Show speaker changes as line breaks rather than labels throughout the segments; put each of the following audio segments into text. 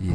以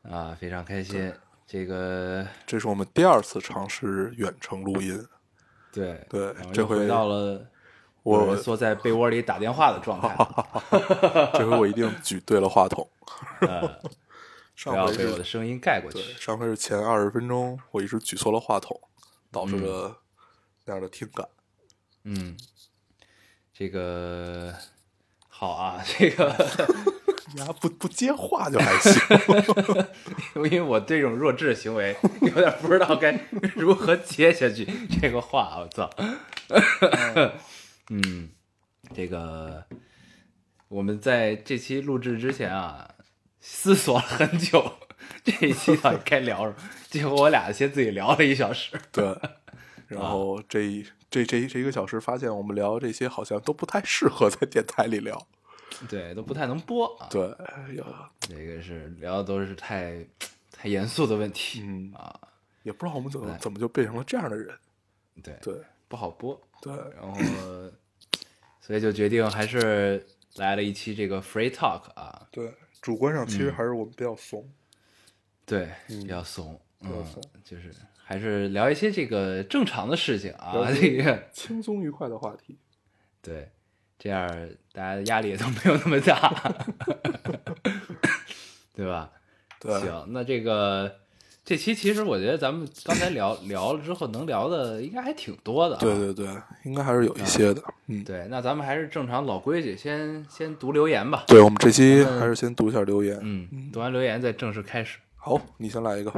啊，非常开心。这个
这是我们第二次尝试远程 录音，
对
对
然后又
这回
回到了有
我
人缩在被窝里打电话的状态。
这回我一定举对了话筒。
呃，不
上
要
回
被我的
是
声音盖过
对，
去。
上回是前二十分钟我一直举错了话筒，导致了那样的听感。
嗯，这个好啊， 这个
你丫不不接话就还行，
因为我这种弱智行为有点不知道该如何接下去这个话，我操。 嗯，这个我们在这期录制之前啊，思索了很久，这一期到底该聊什么？结果我俩先自己聊了一小时。
对。然
啊
后这一这这这一个小时，发现我们聊这些好像都不太适合在电台里聊。
对，都不太能播啊。
对，哎呀，
这个是聊的都是太太严肃的问题，
嗯
啊，
也不知道我们怎
哎
么怎么就变成了这样的人。
对，
对
不好播，
对，
然后 所以就决定还是来了一期这个 free talk 啊，
对，主观上
嗯
其实还是我们比较怂。
对，比较怂，
比较
嗯
怂，
就是还是聊一些这个正常的事情啊，
聊一
这
些
个
轻松愉快的话题。
对，这样大家压力也都没有那么大， 对吧？
对，
行，那这个这期其实我觉得咱们刚才聊 聊了之后，能聊的应该还挺多的、啊。
对对对，应该还是有一些的。嗯，
对那咱们还是正常老规矩，先先读留言吧。
对，我们这期还是先读一下留言。
嗯，读完留言再正式开始。
好，你先来一个。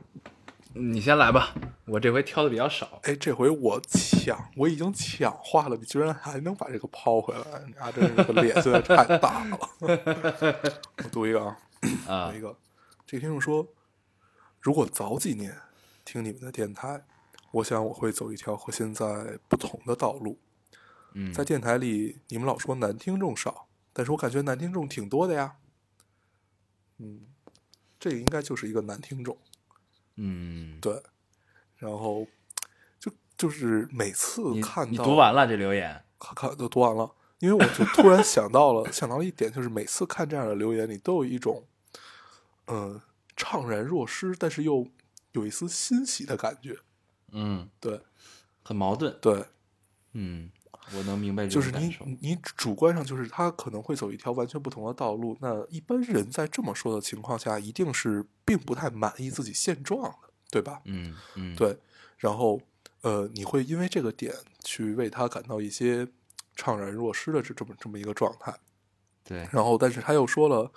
你先来吧，我这回挑的比较少。
哎，这回我抢，我已经抢话了，你居然还能把这个抛回来，你啊，真是个脸现在太大 了。我读一个啊，
啊
读一个。这个听众说，如果早几年听你们的电台，我想我会走一条和现在不同的道路。
嗯，
在电台里，你们老说男听众少，但是我感觉男听众挺多的呀。嗯，这应该就是一个男听众，
嗯，
对。然后就就是每次
你
看到
你读完了这留言，
看看都读完了，因为我就突然想到了，想到了一点，就是每次看这样的留言，你都有一种，呃，怅然若失，但是又有一丝欣喜的感觉。
嗯，
对
很矛盾。
对，
嗯，我能明白这种
就是
感
你
受。
你主观上就是他可能会走一条完全不同的道路。那一般人在这么说的情况下，一定是并不太满意自己现状的，对吧？
嗯嗯，，
对，然后呃，你会因为这个点去为他感到一些怅然若失的这这么这么一个状态。
对，
然后，但是他又说了，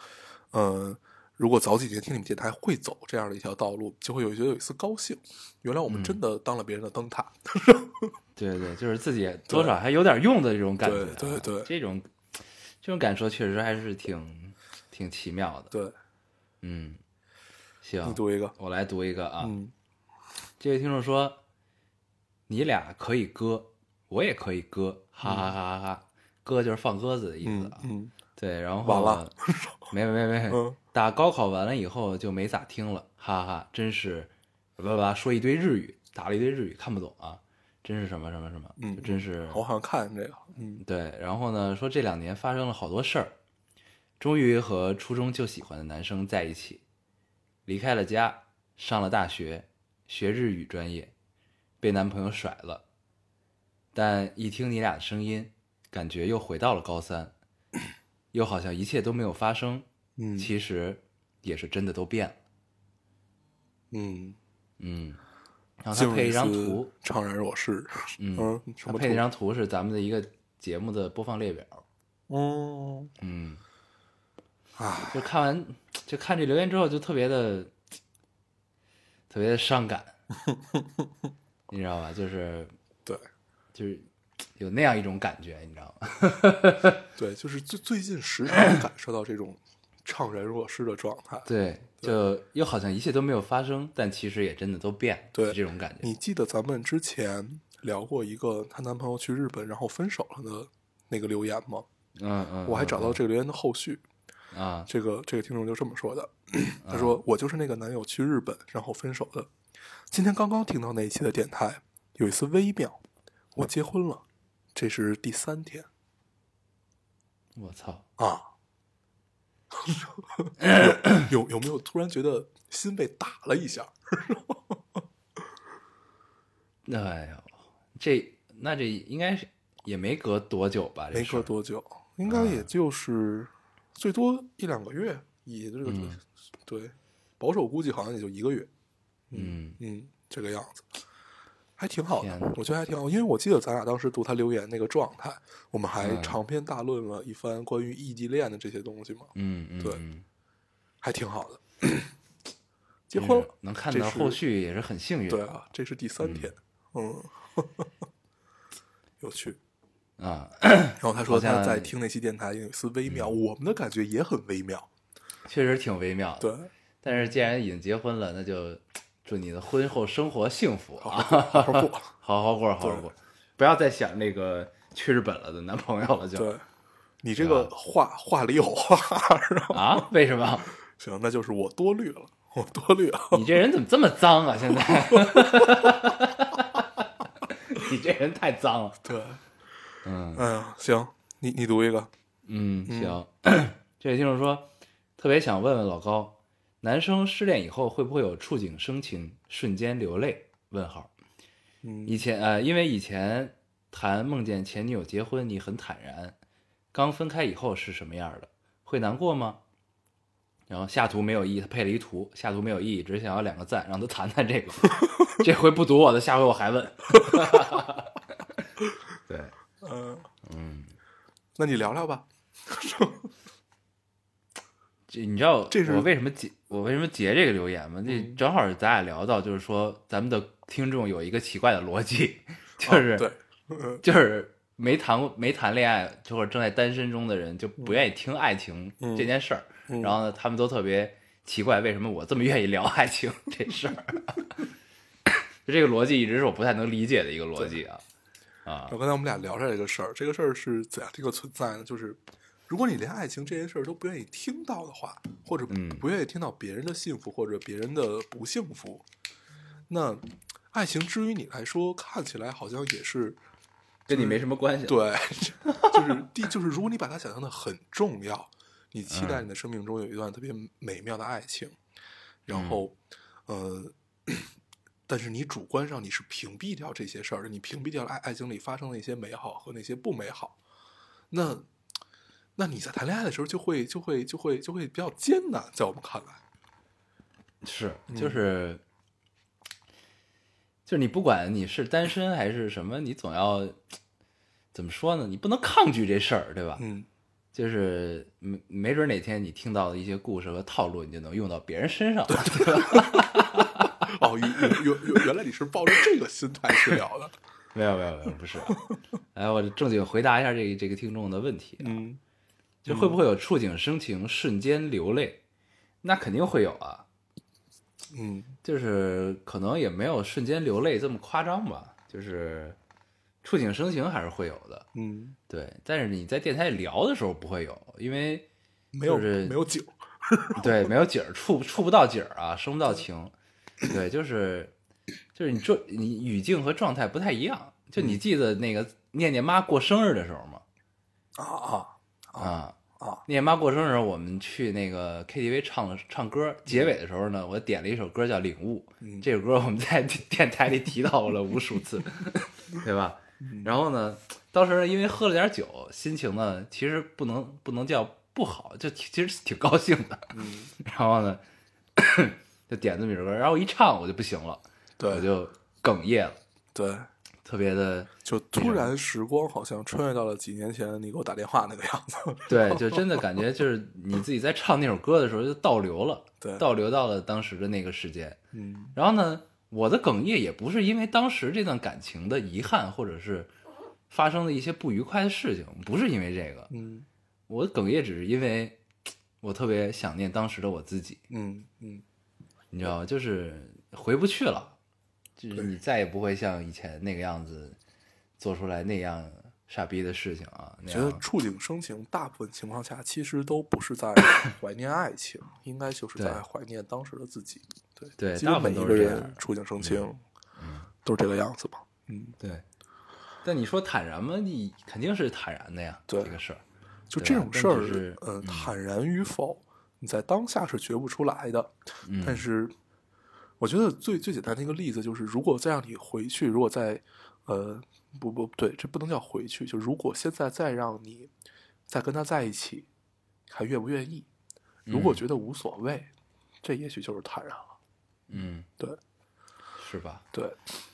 呃，如果早几年听你们电台会走这样的一条道路，就会有觉得有一丝高兴，原来我们
嗯
真的当了别人的灯塔。
对对，就是自己多少还有点用的这种感觉、啊，
对对对
这种这种感受确实还是挺挺奇妙的。
对，
嗯，行，
你读一个，
我来读一个啊。
嗯，
这位听众说：“你俩可以割，我也可以割，哈哈哈哈哈！割就是放鸽子的意思
嗯
啊。
嗯
对，然后
完了，
没没没没
嗯，
打高考完了以后就没咋听了，哈哈，真是，叭叭叭说一堆日语，打了一堆日语看不懂啊，真是什么什么什么，
嗯
就真是
我好像看见这个，嗯。
对，然后呢，说这两年发生了好多事儿，终于和初中就喜欢的男生在一起，离开了家，上了大学，学日语专业，被男朋友甩了，但一听你俩的声音，感觉又回到了高三，又好像一切都没有发生，
嗯
其实也是真的都变了，
嗯，
嗯，然后他
进入
配了一张
丝
图，
怅然若失。
嗯，
嗯，什
他
么
配了一
图
张图是咱们的一个节目的播放列表，
嗯
嗯。
啊，
就看完就看这留言之后，就特别的特别的伤 感，你知道吧？就是
对
就是有那样一种感觉，你知道吗？
对，就是最最近时常感受到这种怅然若失的状态。
对， 就又好像一切都没有发生，但其实也真的都变了，
对
是这种感觉。
你记得咱们之前聊过一个她男朋友去日本然后分手了的那个留言吗？
嗯嗯，
我还找到这个留言的后续，
嗯啊，
这个这个听众就这么说的，
嗯
他说：“我就是那个男友去日本然后分手的。今天刚刚听到那一期的电台，有一丝微妙，我结婚了，这是第三天
我操，
啊。有”有有没有突然觉得心被打了一下？
哎呦，这那这应该是也没隔多久吧？这
没
事儿嗯
隔多久，应该也就是最多一两个月，以这个、
嗯
对保守估计好像也就一个月。
嗯
嗯，这个样子，还挺好
天
的
哪，
我觉得还挺好，因为我记得咱俩当时读他留言那个状态，我们还
嗯
长篇大论了一番关于异地恋的这些东西嘛，
嗯嗯，
对
嗯
还挺好的。结婚
真
了
是，能看
这
到
是
后续也是很幸运。
对啊，这是第三天，嗯， 有趣。
啊，
然后他说
好像嗯
他在听那期电台有一丝微妙，我们的感觉也很微妙，
确实挺微 妙的。
对，
但是既然已经结婚了，那就祝你的婚后生活幸福
好
啊，
好过好好哦过，
好好过，好好过，不要再想那个去日本了的男朋友了就，
对。你这个话话里有话， 然后
啊？为什么？
行，那就是我多虑了，我多虑了。
你这人怎么这么脏啊？现在， 你这人太脏了。
对，
嗯
哎呀，行，你你读一个，
嗯，行。 这位听众说，特别想问问老高，男生失恋以后会不会有触景生情，瞬间流泪？问号。
嗯
以前呃，因为以前谈梦见前女友结婚，你很坦然，刚分开以后是什么样的？会难过吗？然后下图没有意义，他配了一图，下图没有意义，只是想要两个赞，让他谈谈这个。 这回不读我的，下回我还问。 对，
嗯，
嗯，
那你聊聊吧。
这你知道
这是
我为什么截我为什么截这个留言吗？这
嗯
正好是咱俩聊到，就是说咱们的听众有一个奇怪的逻 辑， 就是、
啊对，嗯
就是没谈过没谈恋爱就或者正在单身中的人就不愿意听爱情
嗯
这件事儿，
嗯
然后呢，他们都特别奇怪为什么我这么愿意聊爱 情这事儿，就这个逻辑一直是我不太能理解的一个逻辑啊啊
然后刚才我们俩聊出来这个事儿，这个事儿是怎样的一个存在呢？就是如果你连爱情这件事儿都不愿意听到的话，或者
嗯
不愿意听到别人的幸福或者别人的不幸福，那爱情之于你来说，看起来好像也是
跟你没什么关系，啊
对，就是第就是，如果你把它想象的很重要，你期
嗯
待你的生命中有一段特别美妙的爱情，
嗯
然后，呃，但是你主观上你是屏蔽掉这些事儿的，你屏蔽掉了爱爱情里发生的一些美好和那些不美好，那，那你在谈恋爱的时候就会就会就会就会比较艰难，在我们看来，
是
嗯
就是。就是你不管你是单身还是什么，你总要怎么说呢？你不能抗拒这事儿，对吧？
嗯，
就是没没准哪天你听到的一些故事和套路，你就能用到别人身上， 对吧？
哦，原原原原来你是抱着这个心态去聊的，
没有没有没有，不是啊。 来，我正经回答一下这个这个听众的问题啊，
嗯
就会不会有触景生情、瞬间流泪？那肯定会有啊，
嗯
就是可能也没有瞬间流泪这么夸张吧，就是触景生情还是会有的，
嗯，
对。但是你在电台里聊的时候不会有，因 为
没有
就是
嗯没有景，
对，没有景儿，触触不到景儿啊，生不到情。对，就是就是你状你语境和状态不太一样。就
嗯
你记得那个念念妈过生日的时候吗？
啊啊
啊
啊！
念念妈过生日的时候，我们去那个 KTV 唱了唱歌，结尾的时候呢，我点了一首歌叫《领悟》。
嗯
这首歌我们在电台里提到了无数次， 对吧？然后呢，当时呢因为喝了点酒，心情呢其实不能不能叫不好，就其其实挺高兴的。
嗯，
然后呢，就点这么一首歌，然后一唱我就不行了，
对，
我就哽咽了，
对，
特别的，
就
那
突
种
然时光好像穿越到了几年前你给我打电话那个样子。
对，就真的感觉就是你自己在唱那首歌的时候就倒流了，
对
倒流到了当时的那个时间。
嗯
然后呢，我的哽咽也不是因为当时这段感情的遗憾，或者是发生的一些不愉快的事情，不是因为这个，
嗯
我哽咽只是因为我特别想念当时的我自己，
嗯嗯，
你知道吗？就是回不去了，就是
对
你再也不会像以前那个样子做出来那样傻逼的事情啊。那
觉得
样
触景生情，大部分情况下其实都不是 在怀念爱情，应该就是
对
在怀念当时的自己。对
对
其
大
实
部分
每一
都
个
是这样嗯
人触景生情，都是这个样子吧。嗯，
对，但你说坦然吗？你肯定是坦然的呀，
对
这个事儿。
就
对
这
吧
种
但
事
只是
儿，嗯，
嗯
坦然与否，你在当下是觉不出来的。
嗯，
但是，我觉得最最简单的一个例子就是，如果再让你回去，如果再，呃，不不对，这不能叫回去，就如果现在再让你再跟他在一起，还愿不愿意？如果
嗯
觉得无所谓，这也许就是坦然了。
嗯，
对
是吧？
对，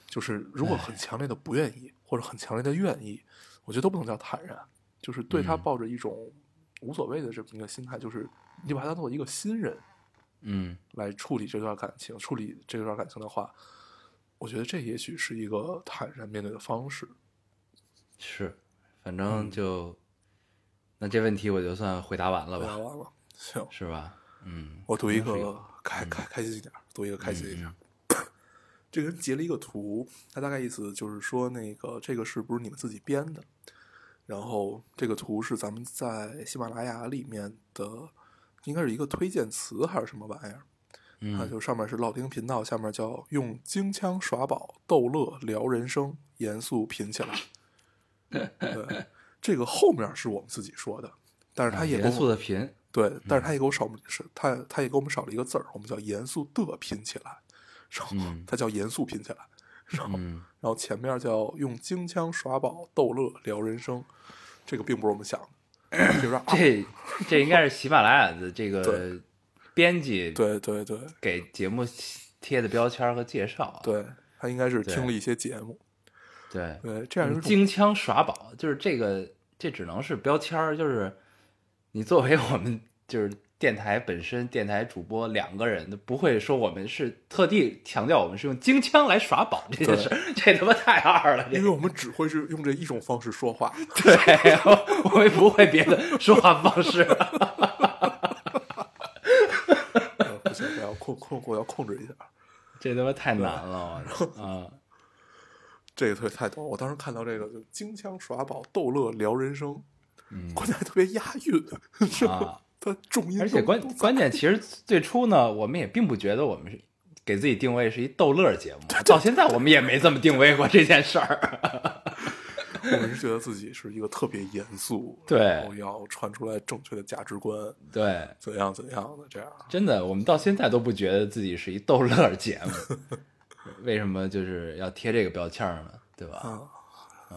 就是如果很强烈的不愿
嗯
意，或者很强烈的愿意，我觉得都不能叫坦然，就是对他
嗯
抱着一种无所谓的这么一个心态，就是你把他作为一个新人，
嗯，
来处理这段感情，处理这段感情的话，我觉得这也许是一个坦然面对的方式。
是，反
嗯
正就、那这问题我就算回答完了
聊
吧，
完了，行，
是吧？嗯，
嗯我读一
应该是嗯有
个开开开心一点儿，读一个开心一点儿。
嗯
这个人截了一个图，他大概意思就是说，那个这个是不是你们自己编的？然后这个图是咱们在喜马拉雅里面的，应该是一个推荐词还是什么玩意儿？它
嗯，
啊就上面是老丁频道，下面叫用京腔耍宝逗乐聊人生，严肃品起来。 对，这个后面是我们自己说的，但是他
啊
也给
严肃
我
的嗯
们
贫，
对，但是他也给我少是他他也给我们少了一个字儿，我们叫严肃的拼起来，然后
嗯
他叫严肃拼起来，然后
嗯，
然后前面叫用京腔耍宝逗乐聊人生，这个并不是我们想的， 就是啊
这这应该是喜马拉雅的这个
对
编辑
对对对
给节目贴的标签儿和介绍啊。
对，他应该是
对嗯
听了一些节目，
对，
对，这样有一种
京腔耍宝，就是这个，这只能是标签儿，就是你作为我们就是电台本身电台主播两个人都不会说我们是特地强调我们是用京腔来耍宝这件事儿，这他妈太二了，这
因为我们只会是用这一种方式说话，
对， 我我也不会别的说话方式，
呃不行，我要控控，我要控制一下。
这他妈太难了，我操啊，
这个特别太逗，我当时看到这个就京腔耍宝逗乐聊人生，
嗯
关键还特别押韵，是吧
啊？
它重音
而且
都
关
都在
关键，其实最初呢，我们也并不觉得我们是给自己定位是一逗乐儿节目，到现在我们也没这么定位过这件事儿。
我们是觉得自己是一个特别严肃，
对
然后要传出来正确的价值观，
对，
怎样怎样的这样。
真的，我们到现在都不觉得自己是一逗乐儿节 目，为什么就是要贴这个标签儿呢？对 吧？啊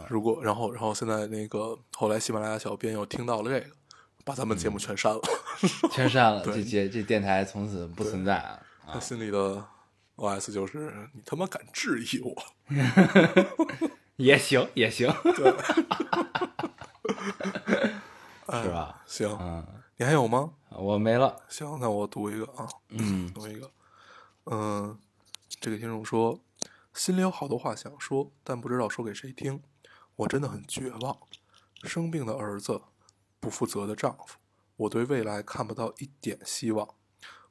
如果然后然后现在那个后来喜马拉雅小编又听到了这个，把咱们
嗯
节目全删了，
全删了，
对
这节这电台从此不存在啊！
他心里的 OS 就是你他妈敢质疑我，
也行，也行，
对，
是吧？
行，
嗯，
你还有吗？
我没了，
行，那我读一个啊，
嗯
读一个，嗯，这个听众说，心里有好多话想说，但不知道说给谁听，我真的很绝望，生病的儿子，不负责的丈夫，我对未来看不到一点希望，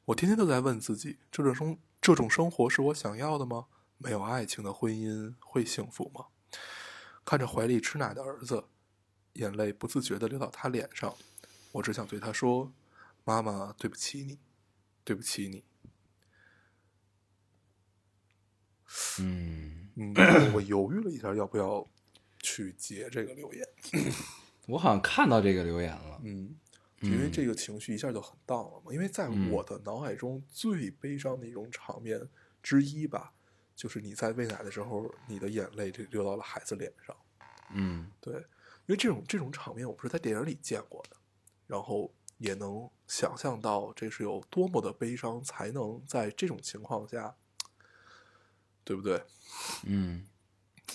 我天天都在问自己，这种生这种生活是我想要的吗？没有爱情的婚姻会幸福吗？看着怀里吃奶的儿子，眼泪不自觉地流到他脸上，我只想对他说：“妈妈，对不起你，对不起你。
嗯，”
嗯，我犹豫了一下，要不要去截这个留言？
我好像看到这个留言了，
嗯，因为这个情绪一下就很荡了嘛。因为在我的脑海中，最悲伤的一种场面之一吧，就是你在喂奶的时候，你的眼泪这流到了孩子脸上。
嗯
对，因为这种这种场面，我不是在电影里见过的，然后也能想象到这是有多么的悲伤，才能在这种情况下，对不对？
嗯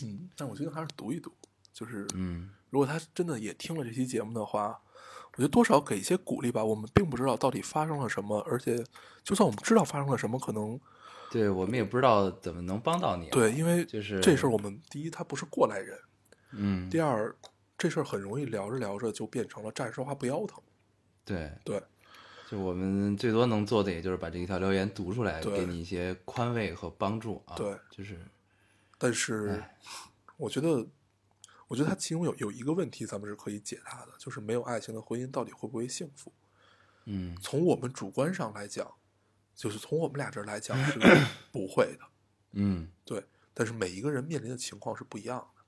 嗯，但我觉得还是读一读，就是
嗯，
如果他真的也听了这期节目的话，我觉得多少给一些鼓励吧。我们并不知道到底发生了什么，而且就算我们知道发生了什么，可能
对我们也不知道怎么能帮到你啊，
对，因为
就是
这事儿，我们第一他不是过来人，
嗯，
第二这事儿很容易聊着聊着就变成了站着说话不腰疼。
对，
对，
就就我们最多能做的，也就是把这一条留言读出来，
对
给你一些宽慰和帮助啊。哎
对，
就是
但是我觉得，我觉得它其中有有一个问题，咱们是可以解答的，就是没有爱情的婚姻到底会不会幸福？
嗯
从我们主观上来讲，就是从我们俩这儿来讲是不会的，
嗯，
对。但是每一个人面临的情况是不一样的，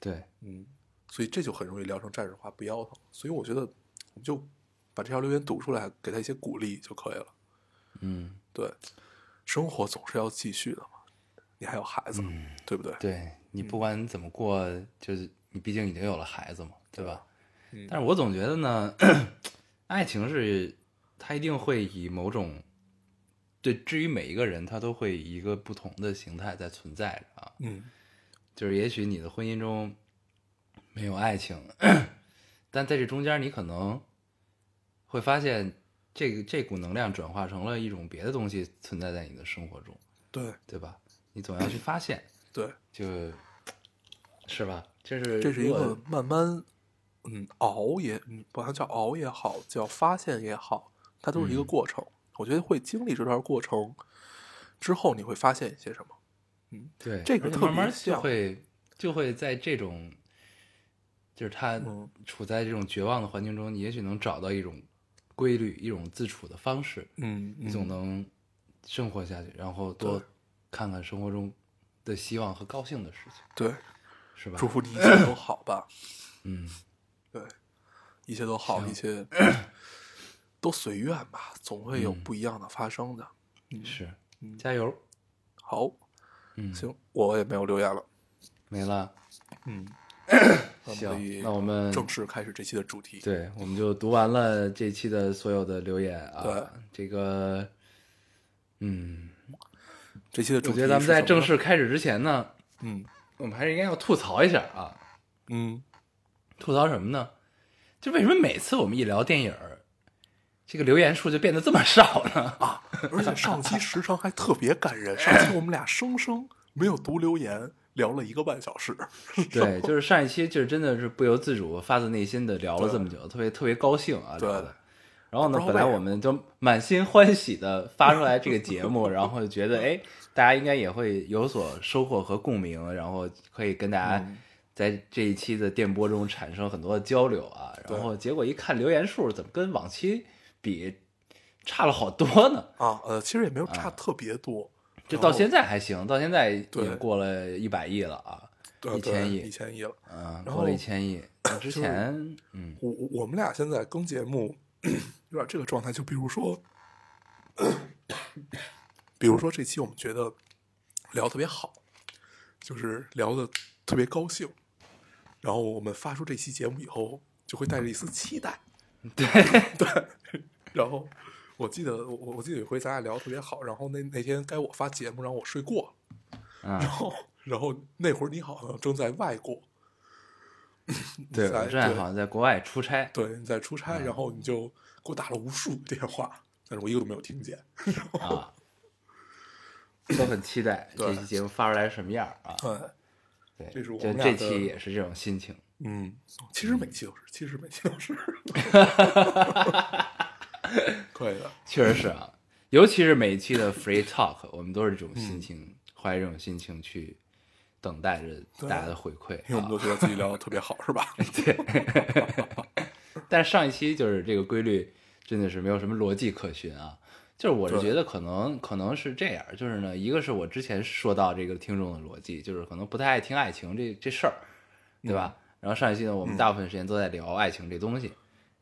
对，
嗯，所以这就很容易聊成战士话不腰疼。所以我觉得，我们就把这条留言读出来，给他一些鼓励就可以了。
嗯
对，生活总是要继续的嘛，你还有孩子，对不对？
对你不管怎么过，就是你毕竟已经有了孩子嘛，对吧？
嗯
但是我总觉得呢，爱情是它一定会以某种对，至于每一个人，它都会以一个不同的形态在存在着啊。
嗯，
就是也许你的婚姻中没有爱情， 但在这中间，你可能会发现这个这股能量转化成了一种别的东西存在在你的生活中，
对
对吧？你总要去发现。
对，
就是吧？这是
这是一
如果
个慢慢，嗯，熬也，嗯，不管叫熬也好，叫发现也好，它都是一个
嗯
过程。我觉得会经历这段过程之后，你会发现一些什么。
对
这个
而且
特
慢慢
别
就
像
会就会在这种，就是他
嗯
处在这种绝望的环境中，你也许能找到一种规律，一种自处的方式，
嗯，
你总能生活下去，然后多
对
看看生活中的希望和高兴的事情，
对，
是吧？
祝福你一切都好吧。
嗯，
对，一切都好，一 切都随愿吧，总会有
嗯
不一样的发生的。
是，加油，
好，
嗯，
嗯行，我也没有留言了。
没了，
嗯，那么可
行，
以
那我们
正式开始这期的主题。
对，我们就读完了这期的所有的留言啊。这个，嗯，
这期的主
我
题
觉
是
得咱
什么呢，
们在正式开始之前呢，
嗯
我们还是应该要吐槽一下啊。
嗯
吐槽什么呢？就为什么每次我们一聊电影儿，这个留言数就变得这么少呢？
啊，而且上期时长还特别感人，上期我们俩生生没有读留言，聊了一个半小时。
对，就是上一期就是真的是不由自主、发自内心的聊了
对
这么久，特别特别高兴啊，
对
聊的。然后呢，
不知道
本来
为什
我们就满心欢喜的发出来这个节 目，然后就觉得哎，大家应该也会有所收获和共鸣，然后可以跟大家
嗯
在这一期的电波中产生很多的交流啊。然后结果一看留言数，怎么跟往期比差了好多呢？
啊，呃，其实也没有差特别多，
就
然
到
后
现在还行，到现在已
对
经过了一百亿了啊，
对
一千
一
亿，
千亿了。
嗯，
然
过了一
后
千亿。之
就是
前，嗯
我我我们俩现在更节目有点这个状态，就比如说，比如说这期我们觉得聊得特别好，就是聊的特别高兴，然后我们发出这期节目以后，就会带着一丝期待，对对，然后我记得我我我记得有一回咱俩聊得特别好，然后那那天该我发节目，然后我睡过了，
啊
然，后然后那会儿你好像正在外国，
对，
在
我正好 嗯
对
像在国外出差，
对，你在出差，然后你就给我打了无数个电话，但是我一个都没有听见。
啊，都很期待这
对
期节目发出来什么样啊？
对，
对，
这是我
就
们俩
这
的
期也是这种心情，
嗯，其实每期都是，其实每期 都是，可以的，
确实是啊，尤其是每一期的 free talk，我们都是这种
嗯
心情，怀着这种心情去等待着
对
大家的回馈
因为我们
啊。
都觉得自己聊的特别好，是吧？
对，但是上一期就是这个规律真的是没有什么逻辑可循啊。就是我是
对
觉得可能可能是这样，就是呢，一个是我之前说到这个听众的逻辑，就是可能不太爱听爱情这这事儿，对吧？
嗯
然后上一期呢，我们大部分时间都在聊爱情这东西，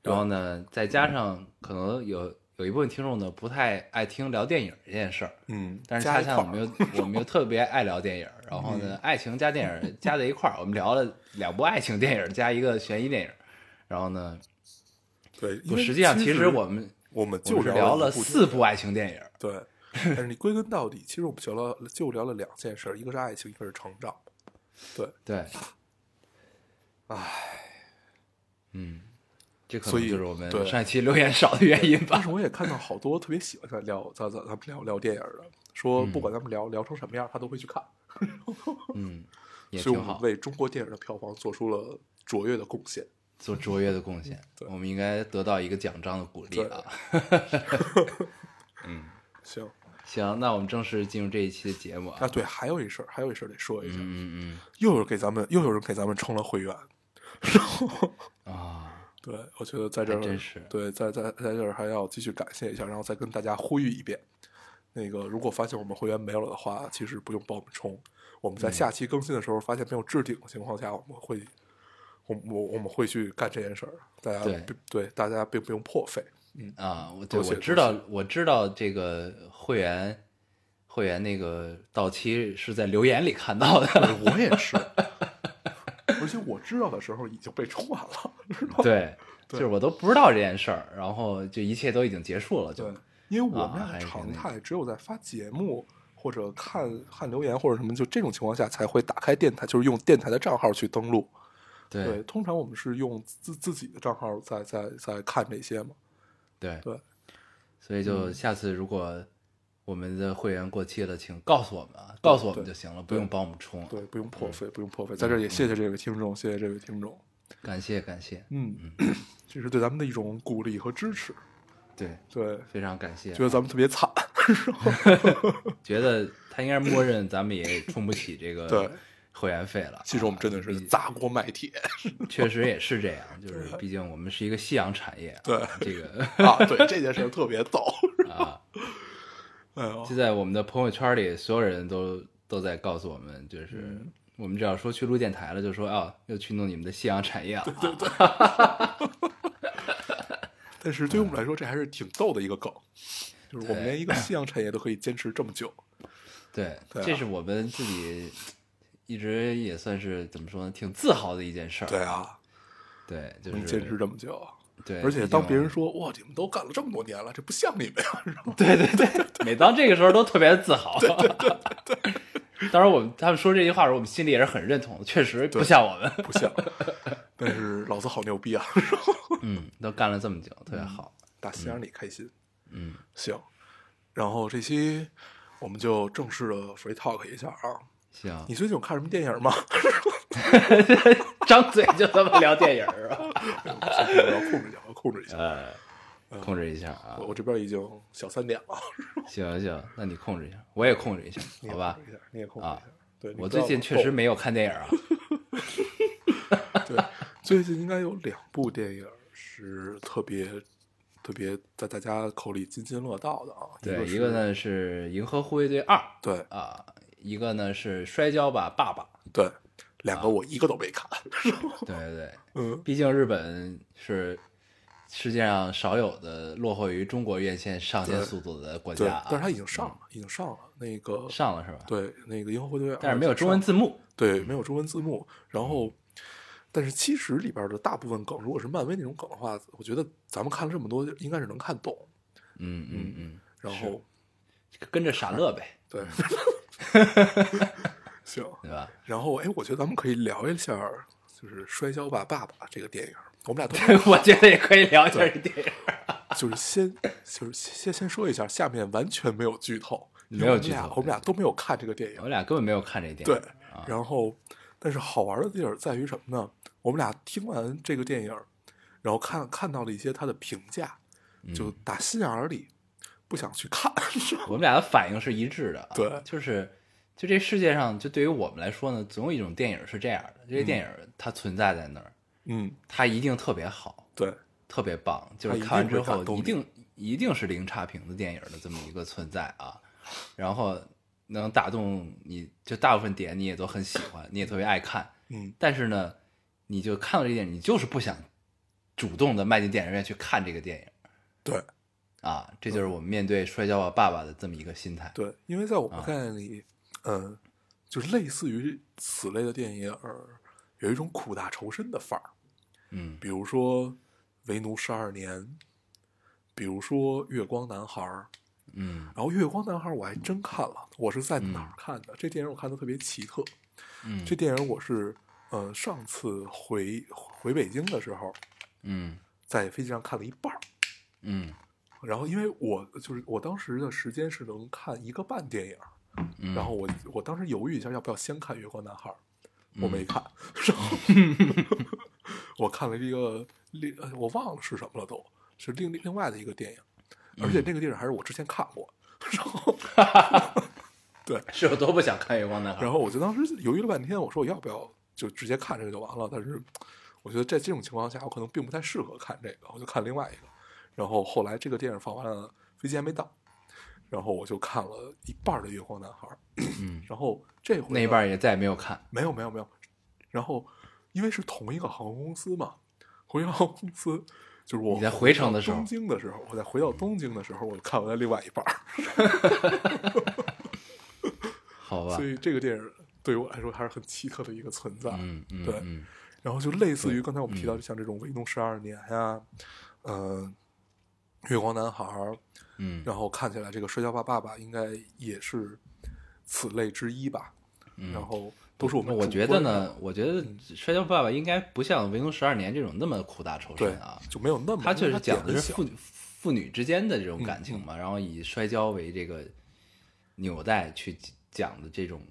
对嗯
然后呢，再加上可能有有一部分听众呢不太爱听聊电影这件事儿，
嗯，
但是恰
加一
恰
块
我
儿嗯
们又我们又特别爱聊电影儿，然后呢，爱情加电影儿加在一块儿，我们聊了两部爱情电影儿加一个悬疑电影儿，然后呢，
对，因
不，
为
实际上啊其
其
实我们
我们
我
就
们是聊
了
了
一部
四部爱情电影儿，
电影，对。但是你归根到底，其实我们就聊了就聊了两件事，一个是爱情，一个是成长。对，
对，唉，嗯，这可
所
能
以
就是我们
对
上一期留言少的原因
但
吧
是。我也看到好多特别喜欢咱聊咱咱咱们聊聊电影的，说
嗯
不管咱们聊聊成什么样，他都会去看。
嗯，也
所以我
挺
们
好。
为中国电影的票房做出了卓越的贡献。
做卓越的贡献，
嗯对
我们应该得到一个奖章的鼓励
对
啊！
行
行，那我们正式进入这一期的节目啊
啊，！对，还有一事儿，还有一事儿得说一下，
嗯嗯
又有人给咱们又有人给咱们充了会员，
嗯啊，
对我觉得在这儿
还真是
对，在在在这儿还要继续感谢一下，然后再跟大家呼吁一遍，那个如果发现我们会员没有了的话，其实不用帮我们充，我
嗯
们在下期更新的时候发现没有置顶的情况下，我们会。我我我们会去干这件事儿，大家
对
并对大家并不用破 费，
啊，我对
嗯多谢
我知道我知道这个会员会员那个到期是在留言里看到的，
对我也是， 而且我知道的时候已经被充完了，知 道吗？
对，就
对
是我都不知道这件事儿，然后就一切都已经结束了，就
对，因为我
啊
们俩
还
的
是
常
那个
态只有在发节目或者看看留言或者什么，就这种情况下才会打开电台，就是用电台的账号去登录。对，
对
通常我们是用自自己的账号在在在看这些嘛。
对
对，嗯
所以就下次如果我们的会员过期了，请告诉我们啊，告诉我们就行了，不用帮我们充啊。
对，不用破费，不用破
嗯
费，在这儿也谢谢这位听众，谢谢这位听众。
感谢感谢，
嗯， 这是对咱们的一种鼓励和支持。
对，
对，
非常感谢啊
觉。得咱们特别惨。
觉得他应该默认咱们也充不起这
对
个会员费了。啊
其实我们真的是砸锅卖铁
确实也是这样，就是毕竟我们是一个夕阳产业啊，
对
这个
啊！对这件事儿特别逗。
啊，
哎呦
就，在我们的朋友圈里，所有人都都在告诉我们，就是
嗯
我们只要说去录电台了，就说啊，又去弄你们的夕阳产业了啊，
但是对于我们来说，这还是挺逗的一个梗，就是我们
对
连一个夕阳产业都可以坚持这么 久。
对，
对啊
这是我们自己一直也算是怎么说呢，挺自豪的一件事儿。
对啊，
对，就
能坚持
是
这么久。
对，
而且当别人
毕
说“哇，你们都干了这么多年了，这不像你们呀”，是吧？
竟每当这个时候都特别的自 豪。对对对对 当然，我们他们说这句话的时候，我们心里也是很认同的，确实不像我们。
不像。但是老子好牛逼啊！
嗯，都干了这么久，特
嗯
别好。
打心眼里开心。
嗯，
行。然后这期我们就正式的 free talk 一下啊。
行
你，最近有看什么电影吗？
张嘴就这么聊电影 儿啊？
我要控制一下，我要控制一下。
呃，控制一下 啊
哎我。我这边已经小三点了，
行行，那你控制一下，我也控制一下，
你
好
也控
吧
制？一下，你也控制一下
啊。
对，你
我
不
最
要
近
我
确实
够
没有看电影啊。
对，最近应该有两部电影是特别特别在大家口里津津乐道的啊。
对，
一
一个
是，
呢是《银河护卫队二》，
对
啊，一个呢是摔跤吧爸 爸。
对，两
啊
个我一个都没看。
对对对，
嗯，
毕竟日本是世界上少有的落后于中国院线上线
对
速度的国
对
家，啊，
但是它已经上了，已经上了那个，
上了是吧？，
对，那个《银河护卫队二》已经上了，
但是没有中文字幕。
对，没有中文字幕。然后，但是其实里边的大部分梗，如果是漫威那种梗的话，我觉得咱们看了这么多，应该是能看懂。
嗯嗯嗯，
然后，
跟着傻乐呗，
对，
嗯
行。
对吧？
然后，哎，我觉得咱们可以聊一下儿，就是《摔跤吧，爸爸》这个电影儿。我们俩都
我觉得也可以聊一下这电影。
就是先，就是先先说一下，下面完全没有剧透，因为
没有
我们
剧
俩
透
我们俩都没有看这个电影
我。们俩根本没有看这电
对
影。，啊
然后，但是好玩的地儿在于什么呢？我们俩听完这个电影儿，然后看看到了一些他的评价，
嗯
就打心眼儿里不想去看。
我们俩的反应是一致的啊。
对
就是就这世界上，就对于我们来说呢，总有一种电影是这样的，这些电影它存在在那儿，
嗯，
它一定特别好，
对，
特别棒，就是
它
看完
一定
之
会
后
感动
一
你
定一定是零差评的电影的这么一个存在 啊。然后能打动你，就大部分点你也都很喜欢，你也特别爱看，
嗯，
但是呢，你就看到这点，你就是不想主动的迈进电影院去看这个电影。
对
啊，这
嗯
就是我们面对《摔跤吧，爸爸》的这么一个心态。
对，因为在我们概念里，嗯，就类似于此类的电影儿，有一种苦大仇深的范儿。
嗯
比如说《为奴十二年》，比如说《月光男孩》，
嗯
然后《月光男孩》我还真看了，我是在哪儿看的？这电影我看的特别奇特。
嗯，
这电影我是呃上次回回北京的时候，
嗯
在飞机上看了一半儿。
嗯
然后因为我就是我当时的时间是能看一个半电影，
嗯，
然后我我 当时犹豫一下要不要先看《月光男孩》，
嗯
我没看，然后我看了一个另呃我忘了是什么了都，是另另外的一个电
嗯
影，而且那个电影还是我之前看过，然后
是有多不想看《月光男孩》？
然后我就当时犹豫了半天，我说我要不要就直接看这个就完了？但是我觉得在这种情况下，我可能并不太适合看这个，我就看另外一个。然后后来这个电影放完了，飞机还没到，然后我就看了一半的《月光男孩》，
嗯，
然后这回
那一
呢
半儿也再也没有看。
没有没有没有，然后因为是同一个航空公司嘛，同一个航空公司，就是我
你在回程的时候
东京的时候，我在回到东京的时候，我看完了另外一半儿，
好吧
所，以这个电影对于我来说还是很奇特的一个存在。
嗯嗯
对
嗯
然后就类似于刚才我们
对嗯
提到，像这种《维农十二年》呀，呃，《月光男孩》，
嗯，
然后看起来这个《摔跤吧爸爸》应该也是此类之一吧。
嗯
然后都是我们
我
主
觉得
观
呢，我觉得《摔跤爸爸》应该不像《维农十二年》这种那么苦大仇
对
深啊，
就没有那么
它确实讲的是
小嗯
父父女之间的这种感情嘛，然后以摔跤为这个纽带去讲的这种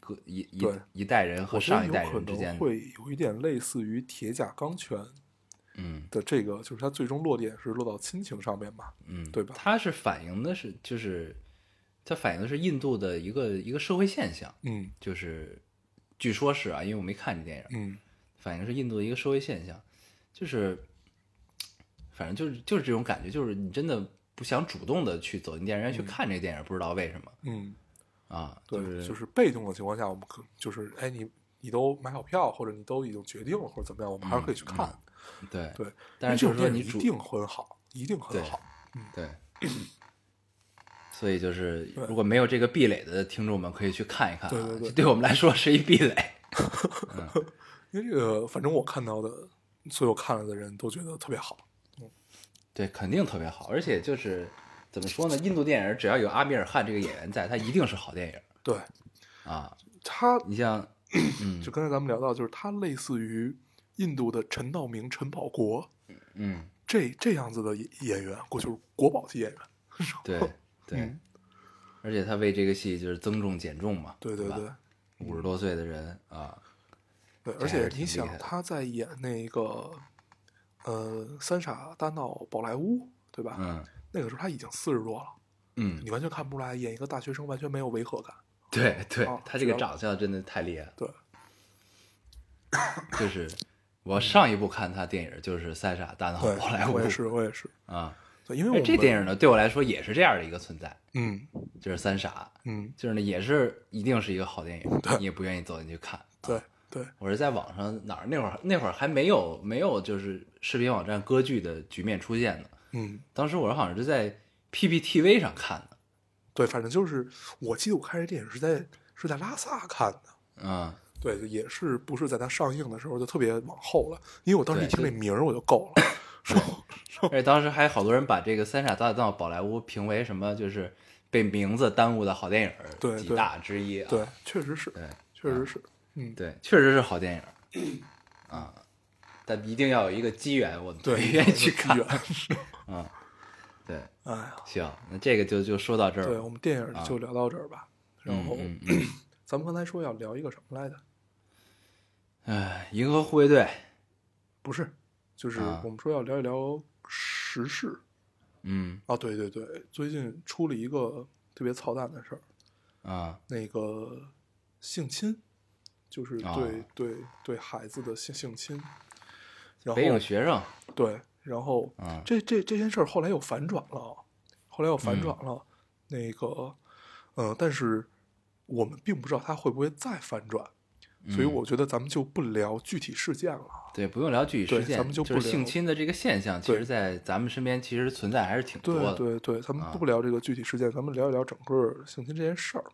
各一一
对
一代人
我
和
觉得
上一
有
代
可
人之间
能
的，
会有一点类似于《铁甲钢拳》
嗯
的这个，就是它最终落点是落到亲情上面嘛。
嗯，
对吧
它是反映的是就是它反映的是印度的一个一个社会现象，
嗯
就是据说是啊，因为我没看这电影，
嗯
反映是印度的一个社会现象，就是，反正就是就是这种感觉，就是你真的不想主动的去走进电影院去看这个电影，不知道为什么
嗯，
啊，
对，
是
就是被动的情况下，我们可就是哎，你你都买好票，或者你都已经决定了，或者怎么样，我们还是可以去看。
对
对，
嗯但是
因
就是
为这
说
种
你
电影
主
一定很好，一定很
对
好。
对， 所以就是
对
如果没有这个壁垒的听众们可以去看一看啊，
对对对
这对我们来说是一壁垒，
因为这个，反正我看到的，所有看了的人都觉得特别好。
对，肯定特别好，而且就是怎么说呢，印度电影只要有阿米尔汗这个演员在，他一定是好电影
对
啊，
他，
你像 嗯
就刚才咱们聊到，就是他类似于印度的陈道明、陈宝国
嗯，
这这样子的演演员，过就是国宝级演员。
对对。
嗯
而且他为这个戏就是增重减重嘛，
对对
对
对
吧，五十多岁的人啊，
对，
这
而
还
且
是挺
你
厉
想
害的
他在演那个，呃，三傻大闹宝莱坞，对吧？
嗯
那个时候他已经四十多了，
嗯，
你完全看不出来，演一个大学生完全没有违和感。
对对
哦，
他这个
知道
长相真的太厉害了。
对，
就是我上一部看他电影就是《三傻大闹
对
哦宝莱坞
我也》是，我也是。
啊，
对，因为
因
我
为
们
这电影呢对我来说也是这样的一个存在，
嗯
就是三傻，
嗯，
就是呢也是一定是一个好电影，你也不愿意走进去看。
对对，
我是在网上哪儿那会儿那会儿还没有没有就是视频网站歌剧的局面出现呢，
嗯
当时我好像是在 PPTV 上看的。
对，反正就是，我记得我看这电影是在是在拉萨看的，
嗯，
对，也是不是在它上映的时候就特别往后了，因为我当时一
对
听
就
这名儿我就够 了，说
而且当时还好多人把这个《三傻大闹宝莱坞》评为什么就是被名字耽误的好电影儿
对
几
对
大之一啊。
对，确实是，
对
确实是，嗯，
对，确实是好电影儿啊，但一定要有一个机缘，我
对，
愿意去看
有。点机缘
对，
哎呀，
行，那这个就就说到这儿
对
了。
我们电影就聊到这儿吧，然后
啊嗯嗯
咱们刚才说要聊一个什么来着？
嗯，哎，银河护卫队，
不是，就是
啊
我们说要聊一聊时事
嗯
啊，对对对，最近出了一个特别操蛋的事儿，
啊，
那个性侵，就是对、
啊
对对孩子的性性侵，然
北影
后
学生，
对，然后、
啊
这这这件事儿后来又反转了啊，后来又
嗯
反转了，那个呃，但是我们并不知道它会不会再反转，所以
嗯
我觉得咱们就不聊具体事件了。
对，不用聊具体
对
事件，
咱们就不
是性
聊
侵的这个现象，其
对
实，在咱们身边其实存在还是挺多
对
的。
对对，咱们
啊
不聊这个具体事件，咱们聊一聊整个性侵这件事儿。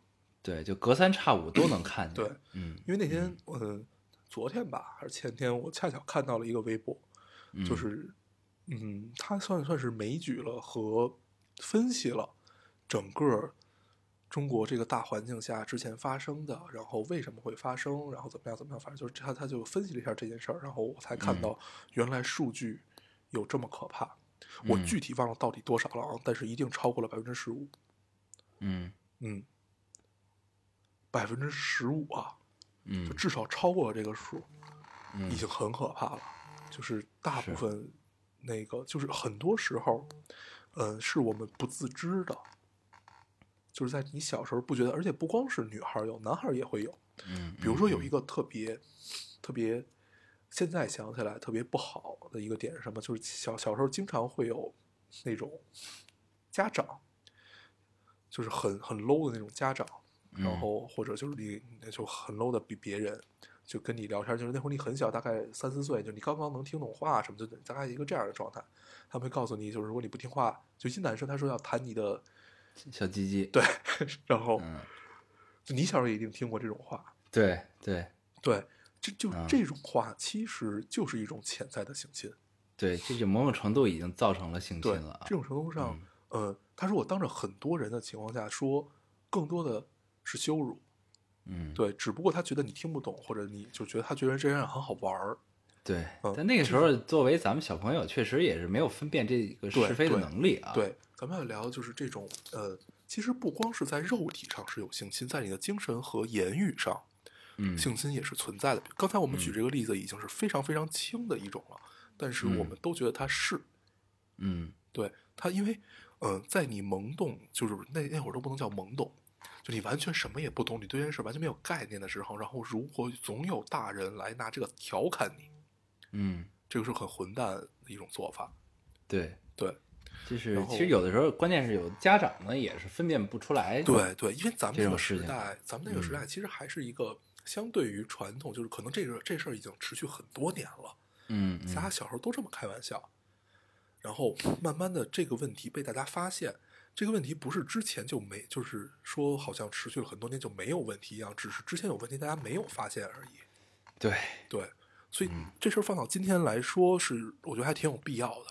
对就隔三差五都能看见。
对，
嗯
因为那天，嗯，昨天吧还是前天，我恰巧看到了一个微博，就
嗯
是，嗯，他算算是枚举了和分析了整个中国这个大环境下之前发生的，然后为什么会发生，然后怎么样怎么样，反正就是他他就分析了一下这件事儿，然后我才看
嗯
到原来数据有这么可怕。我
嗯
具体忘了到底多少了啊，但是一定超过了百分之十五。
嗯
嗯，百分之十五啊，
嗯
就至少超过了这个数，
嗯
已经很可怕了。就是大
是
部分那个就是很多时候，呃，是我们不自知的，就是在你小时候不觉得，而且不光是女孩儿有，男孩儿也会有。
嗯，
比如说有
嗯
一个特别、特别，现在想起来特别不好的一个点是什么？就是小小时候经常会有那种家长，就是很很 low 的那种家长，
嗯
然后或者就是你就很 low 的比别人。就跟你聊天，就是那会儿你很小，大概三四岁，就你刚刚能听懂话什么的，大概一个这样的状态。他们会告诉你，就是如果你不听话，就一些男生他说要弹 你的，
嗯小鸡鸡，
对，然后
嗯，
就你小时候也一定听过这种话，
对对
对，这就
嗯
这种话，其实就是一种潜在的性侵。
对，这就某种程度已经造成了性侵
对
了，嗯啊
这，种程度上，呃，他说我当着很多人的情况下说，更多的是羞辱。
嗯，
对，只不过他觉得你听不懂，或者你就觉得他觉得这样很好玩儿。
对
嗯，
但那个时候作为咱们小朋友，确实也是没有分辨这个
对
是非的
对
能力啊，，
对，咱们要聊就是这种，呃，其实不光是在肉体上是有性侵，在你的精神和言语上，
嗯，
性侵也是存在的。刚才我们举这个例子已经是非常非常轻的一种了，但是我
嗯
们都觉得它是。
嗯
对他，因为呃，在你懵懂，就是那那会儿都不能叫懵懂，就你完全什么也不懂，你对这件事完全没有概念的时候，然后如果总有大人来拿这个调侃你，
嗯，
这个是很混蛋的一种做法。
对，
对
就是
然后
其实有的时候，关键是有家长呢也是分辨不出来，，
对对，因为咱们
这
这
种
个
事
时
情嗯
代，咱们那个时代其实还是一个相对于传统，就是可能这个这事儿已经持续很多年了，
嗯
大
嗯
家小时候都这么开玩笑。然后慢慢的，这个问题被大家发现，这个问题不是之前就没，就是说好像持续了很多年就没有问题一样，只是之前有问题大家没有发现而已。
对，
对，所以
嗯
这事儿放到今天来说是，我觉得还挺有必要的。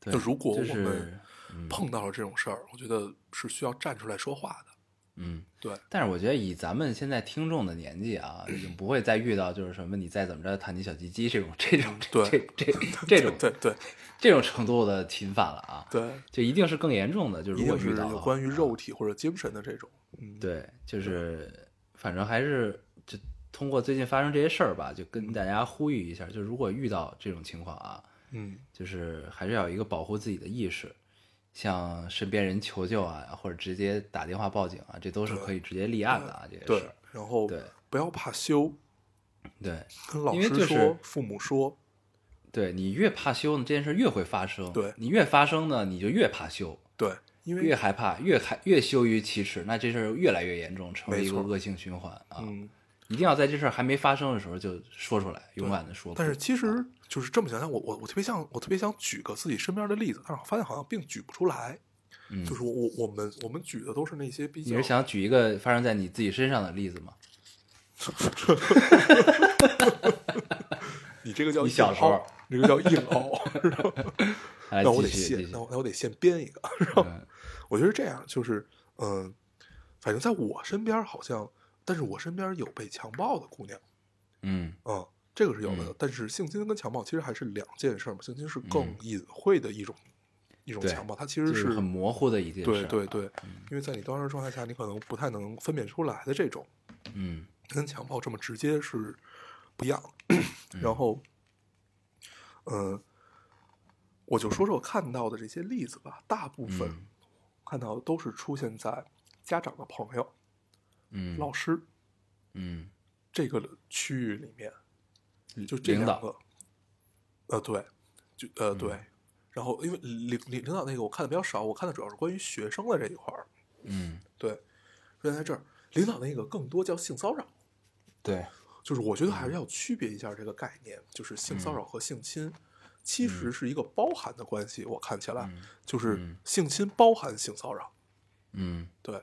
对
就如果
就
我
是
们
嗯
碰到了这种事儿，我觉得是需要站出来说话的。
嗯。
对，
但是我觉得以咱们现在听众的年纪啊，已经不会再遇到就是什么你再怎么着弹你小鸡鸡这种这种这
对
这这种
对对
这种程度的侵犯了啊，
对，
就一定是更严重的，就
一
如果
定是
遇到
有
了
关于肉体或者精神的这种。嗯，
对，就是反正还是就通过最近发生这些事儿吧，就跟大家呼吁一下，就如果遇到这种情况啊，
嗯，
就是还是要有一个保护自己的意识，向身边人求救啊，或者直接打电话报警啊，这都是可以直接立案的啊，这些事
对
儿。。
然后
对
不要怕羞，
对
跟老
因为
师
就
说、
是
父母说，
对，你越怕羞呢，这件事越会发生。
对
你越发生呢，你就越怕羞，
对，因为
越害怕，越害越羞于启齿，那这事儿越来越严重，成为
没
一个
错
恶性循环啊。
嗯，
一定要在这事儿还没发生的时候就说出来，勇敢的说出来。
但是其实就是这么想想，我我我特别想，我特别想举个自己身边的例子，但是我发现好像并举不出来。
嗯
就是我我我们我们举的都是那些比
你
较
是想举一个发生在你自己身上的例子吗？
你这个叫
你小时候
硬凹，你这个叫硬凹。
来，
那我
继
得
续，继
现，
续
那。我那我得现编一个。
嗯
我 觉得是这样，就是嗯、反正在我身边好像，但是我身边有被强暴的姑娘，
嗯
嗯，这个是有的。
嗯
但是性侵跟强暴其实还是两件事嘛，性侵是更隐晦的一种、一种
对
强暴，它其
就
实
是很模糊的一件事
对
儿。嗯
对对，因为在你当时状态下，你可能不太能分辨出来的这种，
嗯
跟强暴这么直接是不一样的。
嗯
然后，呃，我就说说我看到的这些例子吧，大部分
嗯
看到的都是出现在家长的朋友、
嗯
老师
嗯
这个区域里面，就这
领
两
导嗯
个，呃，对，就呃对。然后，因为领领领导那个我看的比较少，我看的主要是关于学生的这一块儿。
嗯
对，说在这儿，领导那个更多叫性骚扰，
对
就是我觉得
嗯
还是要区别一下这个概念，就是性骚扰和性侵，其实是一个包含的关系。我看起来，就是
嗯
性侵包含性骚扰，
嗯
对，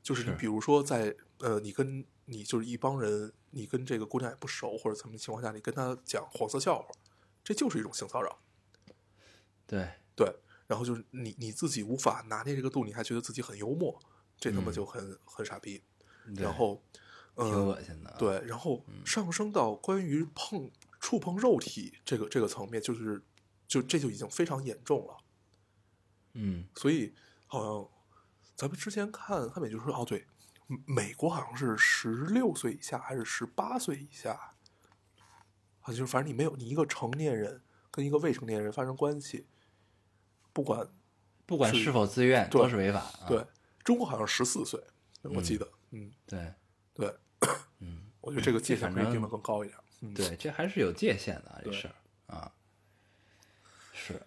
就是
是
你比如说在呃，你跟你就是一帮人，你跟这个姑娘也不熟或者什么情况下，你跟她讲黄色笑话，这就是一种性骚扰，
对
对。然后就是你你自己无法拿捏这个度，你还觉得自己很幽默，这他妈
嗯
就很、很傻逼。
对
然后，呃，
挺恶心嗯的。啊
对，然后上升到关于碰触碰肉体这个这个层面，就是就这就已经非常严重了。
嗯
所以好像咱们之前看看美剧说，哦对，美美国好像是十六岁以下还是十八岁以下，就是反正你没有你一个成年人跟一个未成年人发生关系，不管
不管
是
是否自愿，
对
都是违法。啊
对，中国好像十四岁，我记得，嗯，
对
对，
嗯，
我觉得这个界限可以
反正
定的更高一点，嗯，
对，这还是有界限的啊，这
对
事儿啊。是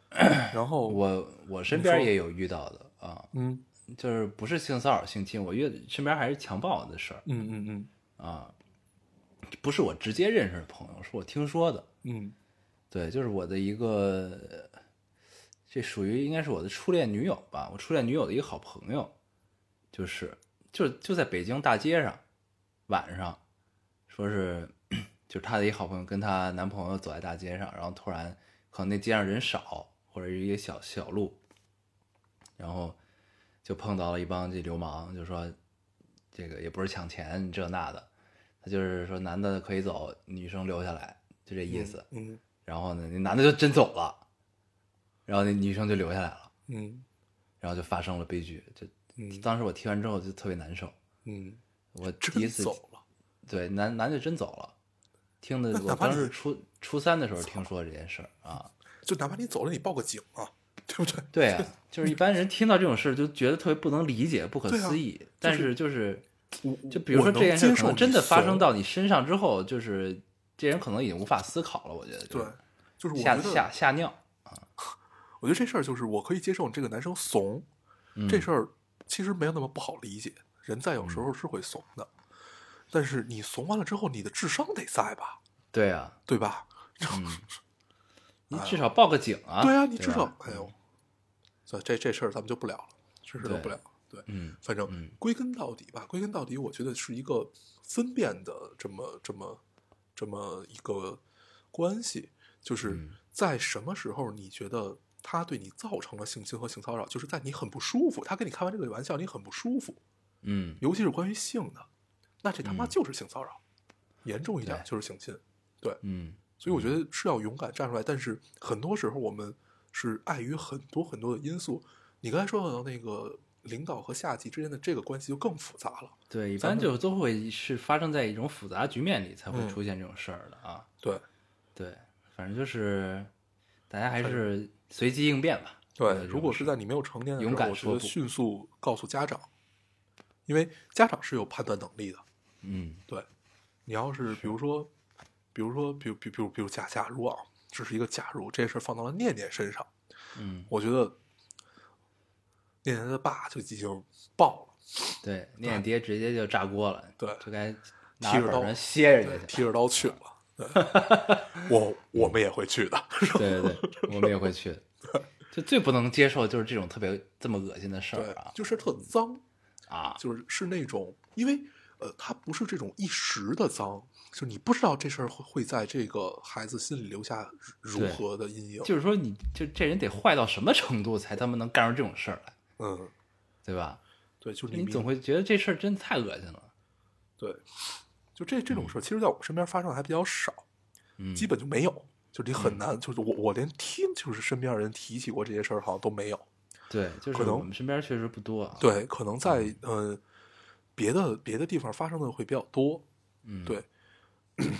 然后，
我我身
哦你
边
说
也有遇到的啊，
嗯
就是不是性骚扰、性侵，我遇身边还是强暴的事儿
嗯嗯嗯
啊，不是我直接认识的朋友，是我听说的。
嗯
对，就是我的一个，呃这属于应该是我的初恋女友吧，我初恋女友的一个好朋友，就是就就在北京大街上，晚上，说是就是她的一个好朋友跟她男朋友走在大街上，然后突然可能那街上人少或者是一个小小路，然后就碰到了一帮这流氓，就说这个也不是抢钱这那的，他就是说男的可以走，女生留下来，就这意思。
嗯
然后呢，那男的就真走了，然后那女生就留下来了，
嗯
然后就发生了悲剧。就
嗯
当时我听完之后就特别难受，
嗯，
我第一
真
次
走了，
对男男的真走了，听的
那
我
哪怕
当时
你
初初三的时候听说这件事儿啊，
就哪怕你走了，你报个警啊，对不对？
对 啊，就是一般人听到这种事儿就觉得特别不能理解、不可
对啊
思议，但是就是
我
就比如说
我
这
能
件事
接
儿可能
受
真
你
的发生
怂
到你身上之后，就是这人可能已经无法思考了，我觉得就
对
是，
就是我觉
吓
得
吓吓尿，
我觉得这事儿就是我可以接受你这个男生怂，
嗯
这事儿其实没有那么不好理解，人在有时候是会怂的，但是你怂完了之后，你的智商得在吧，
对啊，
对吧？
你至少报个警嗯啊，
对啊，你至
吧
少哎呦，所以这这事儿咱们就不聊了，这事儿都
对
不聊了。对，
嗯
反正、
嗯
归根到底吧，归根到底，我觉得是一个分辨的这么这么这么一个关系，就是
嗯
在什么时候你觉得他对你造成了性侵和性骚扰，就是在你很不舒服，他跟你开完这个玩笑，你很不舒服，
嗯，
尤其是关于性的，那这他妈
嗯
就是性骚扰，严重一点
对
就是性侵。
嗯，
所以我觉得是要勇敢站出来，但是很多时候我们是碍于很多很多的因素。你刚才说到那个领导和下级之间的这个关系就更复杂了。
对，一
咱
般
们
就都会是发生在一种复杂局面里才会
嗯
出现这种事儿的啊。
对
对，反正就是大家还是随机应变吧。我觉得这
如
种
果是
事
在你没有成年的时
勇
候，
敢
我觉
说
得
不
迅速告诉家长，因为家长是有判断能力的。
嗯
对，你要是比如说，比如说，比如比如比如比如假假如啊，这是一个假如，这事儿放到了念念身上，
嗯，
我觉得念念的爸就已经爆了，
对，念爹直接就炸锅了，
哎对
就该拿
踢着
板
刀
砖歇
对
着去。
提着刀去了。 对我我们也会去的，
对对对，我们也会 去的。就最不能接受就是这种特别这么恶心的事儿
对
啊，
就是特脏，
啊！
就是是那种，因为呃，它不是这种一时的脏，就是你不知道这事儿会会在这个孩子心里留下如如
对
何的阴影，
就是说，你就这人得坏到什么程度才他妈能干出这种事儿来，
嗯，
对吧？
对，就是
你
明
总会觉得这事儿真的太恶心了。
对，就这这种事儿，其实在我们身边发生的还比较少，
嗯，
基本就没有，就是你很难，就是我我连听就是身边的人提起过这些事儿好像都没有，
对，就是
可能
我们身边确实不多啊。，
对，可能在呃别的别的地方发生的会比较多，
嗯，
对，
行，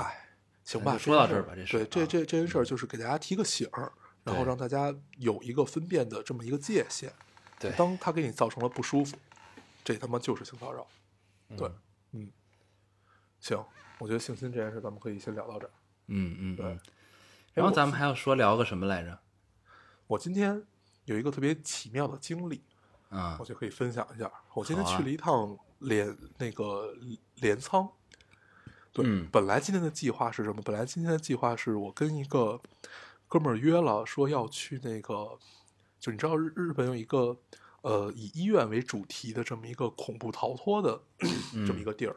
嗨，行
咱
吧，
就说到
件
这儿
事
吧这事儿
对，这
啊
这这件事儿就是给大家提个醒儿，然后
对
让大家有一个分辨的这么一个界限。
对，
当他给你造成了不舒服，这他妈就是性骚扰。对，嗯，行，我觉得性侵这件事咱们可以先聊到这儿。
嗯嗯
对哎
嗯。然后咱们还要说聊个什么来着？
我今天有一个特别奇妙的经历，
啊
我，就可以分享一下。我今天
好啊
去了一趟镰、那个镰仓，对，
嗯
本来今天的计划是什么？本来今天的计划是我跟一个哥们儿约了，说要去那个，就你知道日日本有一个呃以医院为主题的这么一个恐怖逃脱的、
嗯
这么一个地儿。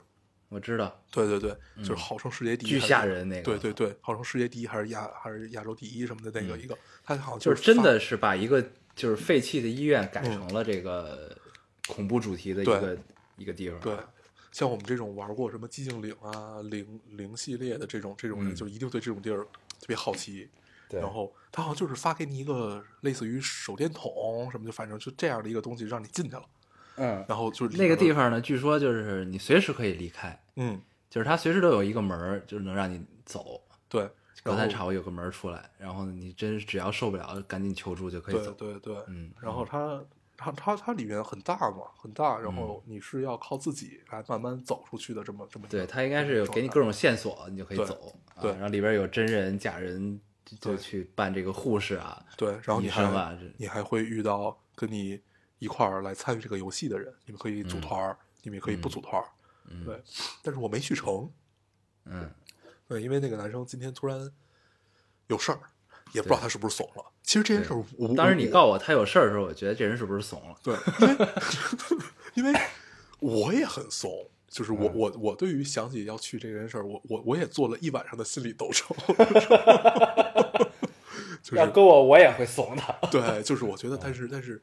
我知道，
对对对，就是号称世界第
嗯
一，
巨
还是
吓人那个
对对对，号称世界第一还是亚还是亚洲第一什么的那个一个，他好像
嗯就是是真
发嗯
的是把一个就是废弃的医院改成了这个恐怖主题的一
对
个一个地方。
对，像我们这种玩过什么寂静岭啊、零零系列的这种这种人，
嗯
就一定对这种地儿特别好奇。
对
然后他好像就是发给你一个类似于手电筒什么，就反正就这样的一个东西让你进去了。
嗯，
然后就是
那个地
方，
方呢，据说就是你随时可以离开，
嗯，
就是它随时都有一个门儿，就是能让你走。
对，
隔
然
三
后
差五有个门儿出来，然后你真是只要受不了，赶紧求助就可以
对
走。
对对，
嗯，
然后它它它它里面很大嘛，很大，然后你是要靠自己来慢慢走出去的，这嗯么这么一
嗯
个
对他应该是有给你各种线索，你就可以
对
走。啊
对
然后里边有真人假人就就
对
去办这个护士啊，
对，然后
医
你还
生啊这
你还会遇到跟你一块儿来参与这个游戏的人，你们可以组
嗯
团儿，你们也可以
嗯
不组团儿，
嗯
对，但是我没去成，
嗯，
对，因为那个男生今天突然有事儿，也不知道他是不是怂了。其实这件事儿我，
当时
我
你告我他有事儿的时候，我觉得这人是不是怂了？
对，因为因为我也很怂，就是
嗯
我、我我对于想起要去这件事儿，我我我也做了一晚上的心理斗争，就是
跟我我也会怂的。
对，就是我觉得，但是但是，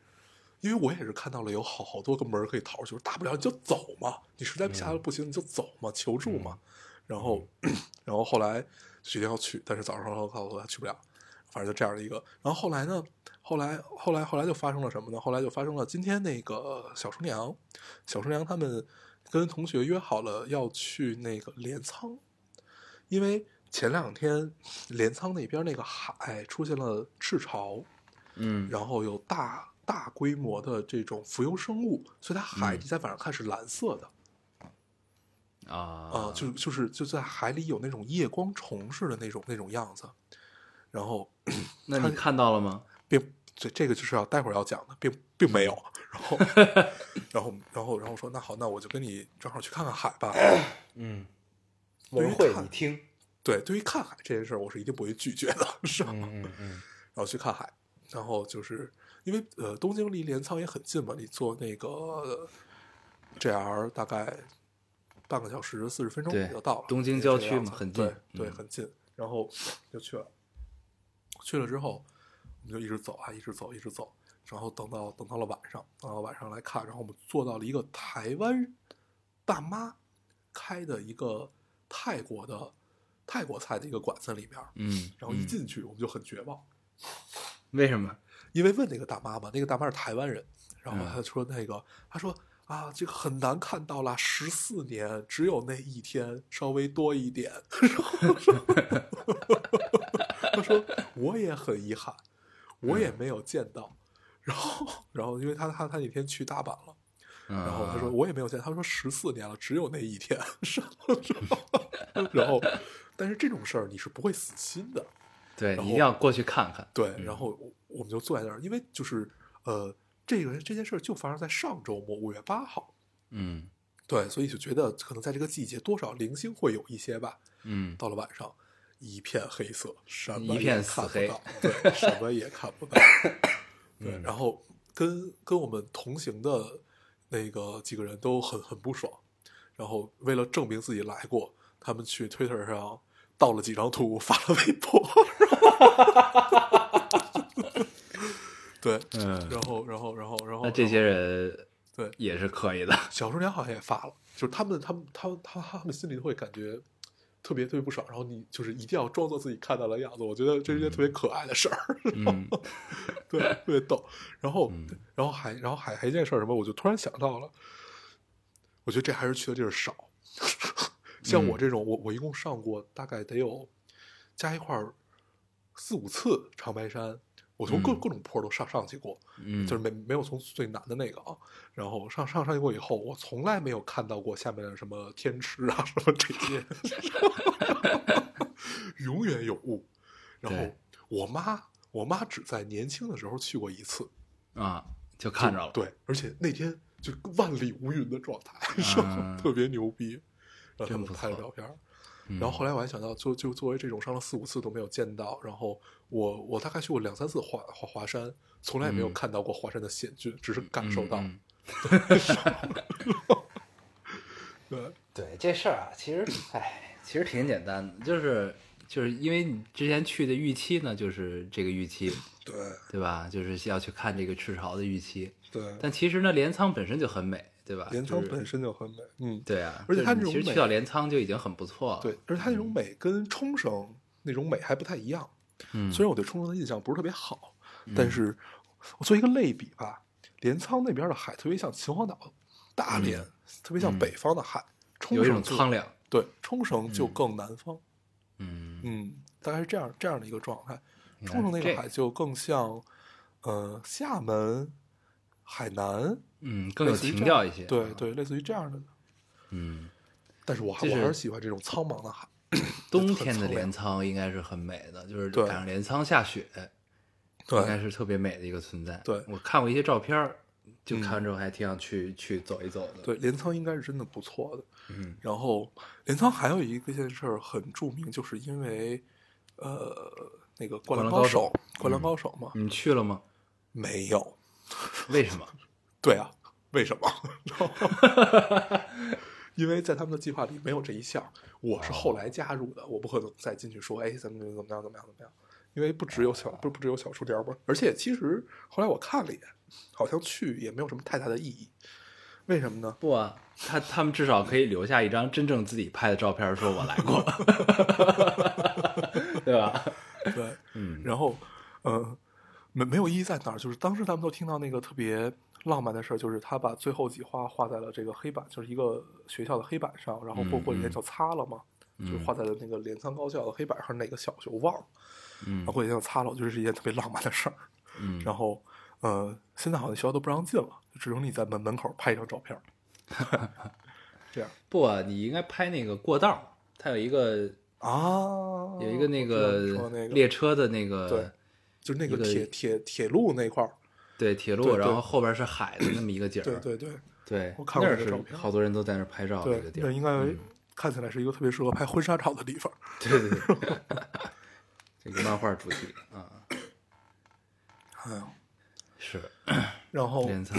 因为我也是看到了有好好多个门儿可以逃出去，就是大不了你就走嘛，你实在不下不行你就走嘛，求助嘛。然后 然后后来决定要去，但是早上告诉我他去不了，反正就这样的一个。然后后来呢，后来后来后来就发生了什么呢？后来就发生了今天那个小厨娘，小厨娘他们跟同学约好了要去那个镰仓，因为。前两天，镰仓那边那个海出现了赤潮，
嗯，
然后有大大规模的这种浮游生物，所以它海
嗯
你在晚上看是蓝色的
啊
啊、就就是就在海里有那种夜光虫似的那种那种样子，然后
那你看到了吗？
并这这个就是要待会儿要讲的，并并 没有，然后然后然后然后说那好，那我就跟你正好去看看海 吧。
嗯，
对于
文慧，
看
你听，
对，对于看海这件事儿，我是一定不会拒绝的，是吧？
嗯嗯嗯，
然后去看海，然后就是因为呃，东京离镰仓也很近嘛，你坐那个呃 JR 大概半个小时四十分钟
对
就到了，
东京
也这个
郊区
样
嘛
子
很近
对对，
嗯
很近，然后就去了，去了之后我们就一直走啊，一直走，一直走，然后等到等到了晚上，等到晚上来看，然后我们坐到了一个台湾大妈开的一个泰国的泰国菜的一个馆子里面儿。
嗯，
然后一
嗯
进去，我们就很绝望，
为什么？
因为问那个大妈嘛，那个大妈是台湾人，然后
嗯
她说那个，她说啊，这个很难看到啦，十四年只有那一天稍微多一点， 然后说她说我也很遗憾，我也没有见到，然后然后因为她她她那天去大阪了。
然
然后他说我也没有见，他说十四年了，只有那一天。 然后，但是这种事儿你是不会死心的，
对你
然
一定要过去看看。
对，然后我我们就坐在那儿，因为就是呃，这个这件事儿就发生在上周末五月八号，
嗯
对，所以就觉得可能在这个季节多少零星会有一些吧。
嗯，
到了晚上，一片黑色，什么
一片
也
死
看不
黑嗯
到，对，什么也看 不到。对，然后跟跟我们同行的那个几个人都很很不爽，然后为了证明自己来过，他们去 Twitter 上盗了几张图，发了微 博。对，
嗯
然后，然后，然后，然后，
那这些人
对
也是可以的。
小厨娘好像也发了，就是他们他们他们他他们心里会感觉特别特别不爽，然后你就是一定要装作自己看到了样子，我觉得这是一件特别可爱的事儿，
嗯
对，特别逗。然后、
嗯
然后还然后还还一件事儿什么，我就突然想到了，我觉得这还是去的地儿少，像
嗯
我这种，我我一共上过大概得有加一块儿四五次长白山，我从各、
嗯
各种坡都上上去过，
嗯，
就是没没有从最难的那个啊，然后上上上去过以后，我从来没有看到过下面的什么天池啊什么这些， 永远有雾。然后
对
我妈，我妈只在年轻的时候去过一次，
啊，就看着了。
对，而且那天就万里无云的状态，
啊
特别牛逼，让他
真
们
不
拍了
错
照片儿。
嗯，
然后后来我还想到，就就作为这种上了四五次都没有见到，然后我我大概去过两三次华华华山，从来也没有
嗯
看到过华山的险峻，只是感受到。
嗯嗯嗯
对
对这事儿啊，其实，哎，其实挺简单的，就是就是因为你之前去的预期呢，就是这个预期，
对
对吧？就是要去看这个赤潮的预期。
对，
但其实呢，镰仓本身就很美，对吧？
镰仓
就是
本身就很美，嗯，
对啊，
而且
就是
它
你
这种
其实去
美
到镰仓就已经很不错了。
对，，而且它那种美跟冲绳那种美还不太一样。
嗯，
虽然我对冲绳的印象不是特别好，但是我做一个类比吧，镰仓那边的海特别像秦皇岛、大连，特别像北方的海，冲
嗯有一
绳
种
就
苍凉。
对，冲绳就更南方。
嗯
嗯，大概是这样这样的一个状态。
原来
冲绳
是
那
这
个海就更像，呃，厦门、海南，
嗯，更有
类似于
情
这
调
样
一些。啊
对，对，类似于这样的。
嗯，
但是我还
就
我还
是
是喜欢这种苍茫的海。
冬天的
苍
镰
凉
仓应该是很美的，就是
对
赶上镰仓下雪，应该是
对，
特别美的一个存在。
对
我看过一些照片儿，就
嗯
看之后还挺想去去走一走的。
对，，镰仓应该是真的不错的。
嗯
然后镰仓还有一个件事儿很著名，就是因为呃那个《灌
灌
篮
篮高
高
手
手》《灌篮
嗯
高手》嘛，
你去了吗？
没有。
为 什么？
对啊，为什么？ 因为在他们的计划里没有这一项，我是后来加入的，我不可能再进去说，哎，咱们怎么样怎么样怎么样，因为不只有小不不只有小数点儿嘛，而且其实后来我看了一眼，好像去也没有什么太大的意义，为什么呢？
不啊，他他们至少可以留下一张真正自己拍的照片儿，说我来过， 对吧？
对，
嗯
然后，呃，没没有意义在哪儿？就是当时他们都听到那个特别浪漫的事儿，就是他把最后几画画在了这个黑板，就是一个学校的黑板上，然后过
嗯
过几天
嗯
就擦了嘛，就是画在了那个镰仓高校的黑板上，哪个小学我忘了，
嗯
然后过几天就擦了，我觉得是一件特别浪漫的事儿。
嗯，
然后，呃，现在好像学校都不让进了，只能你在门门口拍一张照片儿。这样
不啊，你应该拍那个过道儿，它有一个
啊，
有一个那
我知道你
个
说那
列
个，
车的那个
对就是那
一个
个铁铁铁路那块儿，
对铁路，
对对
然后后边是海的那么一个景儿，
对对对。
对
我看
那
过
儿
那个
是
照片
好多人都在那儿拍照的
对
一个，地
那
儿，嗯
应该看起来是一个特别适合拍婚纱照的地方。
对对对，这个漫画主题 啊，
哎
嗯
呦，
是
然后
镰仓。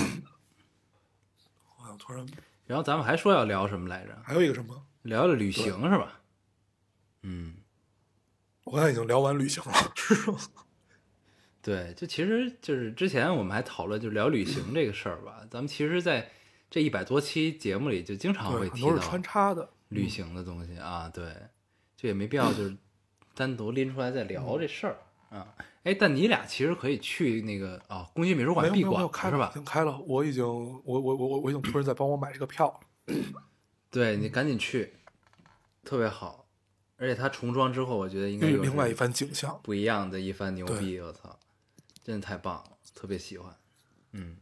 好像突然
然后咱们还说要聊什么来着？
还有一个什么，
聊聊旅行是吧？嗯，
我刚才已经聊完旅行了，是吗？
对，就其实就是之前我们还讨论，就是聊旅行这个事儿吧。咱们其实，在这一百多期节目里，就经常会
对，很
啊提
多
到
是穿插嗯的。
旅行的东西啊，对，就也没必要 就是单独拎出来再
嗯
聊这事儿啊。哎，但你俩其实可以去那个啊，宫崎美术
没
馆
有没
闭
有没
馆
有开
是
了，
吧
已？经开了，我已经我我我我我已经托人在帮我买这个票了。
对你赶紧去，特别好。而且它重装之后，我觉得应该
又有
有
另外
是
一番景象，
不一样的一番牛逼，我操，真的太棒了，特别喜欢。嗯，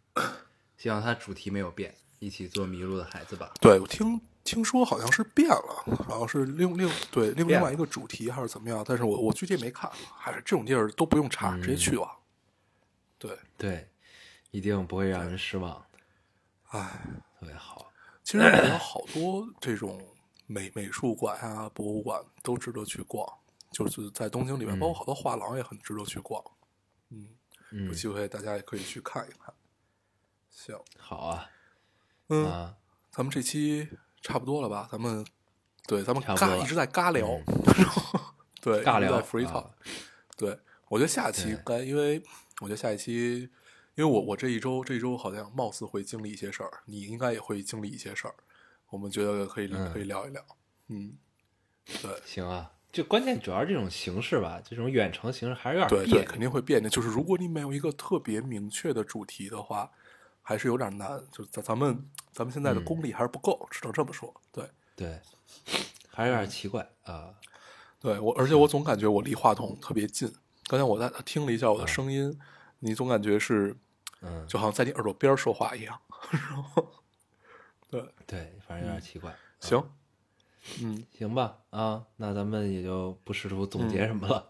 希望它主题没有变，一起做迷路的孩子吧。
对我听听说好像是变了，好像是另另对另
变
另
了
外一个主题还是怎么样，但是我我具体没看，还是这种地儿都不用查，直接去吧。对，
对，一定不会让人失望的，嗯
唉。
特别好。
其实美国好多这种美美术馆啊、博物馆都值得去逛，就是在东京里面，包括好多画廊也很值得去逛。嗯，有
嗯，
机会大家也可以去看一看。行，
好啊，
嗯，
啊，
咱们这期差不多了吧？咱们对咱们
差不多
嘎
了
一直在嘎聊， 对
尬
一直
聊
在 free talk、
啊
对，我觉得下一期
对
应该，因为我觉得下一期，因为我我这一周这一周好像貌似会经历一些事儿，你应该也会经历一些事儿，我们觉得可以、
嗯
可以聊一聊。嗯，对
行啊。就关键主要是这种形式吧，这种远程形式还是有点
对
别
对，
扭。
肯定会变的。就是如果你没有一个特别明确的主题的话，还是有点难。就咱咱们咱们现在的
嗯
功力还是不够，只能这么说。对。
对，还是有点奇怪啊。
对我，而且我总感觉我离话筒特别近。刚才我在听了一下我的声音，你总感觉是
嗯，
就好像在你耳朵边儿说话一样。然后，对，
对，反正有点奇怪。
行，嗯，
行吧，啊，那咱们也就不试图总结什么了。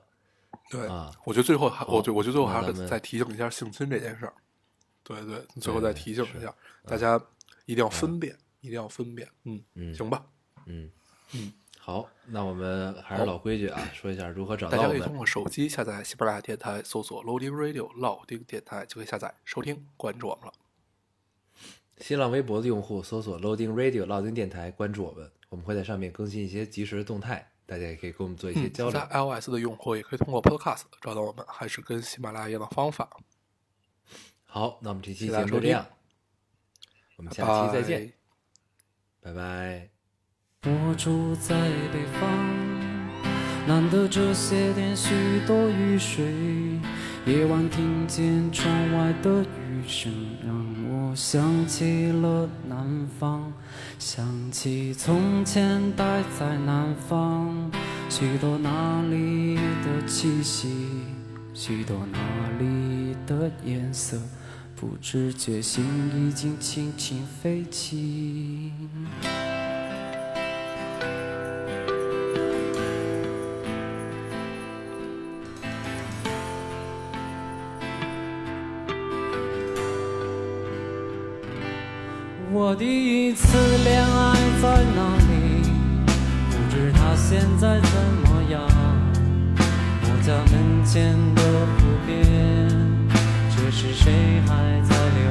对
啊，
我觉得最后还，我觉得我觉得最后
那
还
咱
是
们
再提醒一下性侵这件事儿。对对，最后
对
再提醒
是
一下大家，一定要分辨，一定要分辨。嗯，
嗯，
行吧，
嗯
嗯，
好，那我们还是
好
老规矩啊，说一下如何找
大
到
家
我
可以通
们。
过手机下载喜马拉雅电台，搜索 Loading Radio 老丁电台就可以下载收听，关注我们了。
新浪微博的用户搜索 Loading Radio 老丁电台，关注我们，我们会在上面更新一些即时的动态，大家也可以跟我们做一些
嗯，
交流。
在 iOS 的用户也可以通过 Podcast 找到我们，还是跟喜马拉雅一样的方法。
好，那我们这期
谢谢大
节
家
目就这
收听
样，我们下期再见，
拜拜
拜拜
我住在北方，难得这些天许多雨水，夜晚听见窗外的雨声，让我想起了南方，想起从前待在南方，许多那里的气息，许多那里的颜色，不知觉心已经轻轻飞起。我第一次恋爱在哪里？不知它现在怎么样。我家门前的湖边，这时谁还在流啊啊啊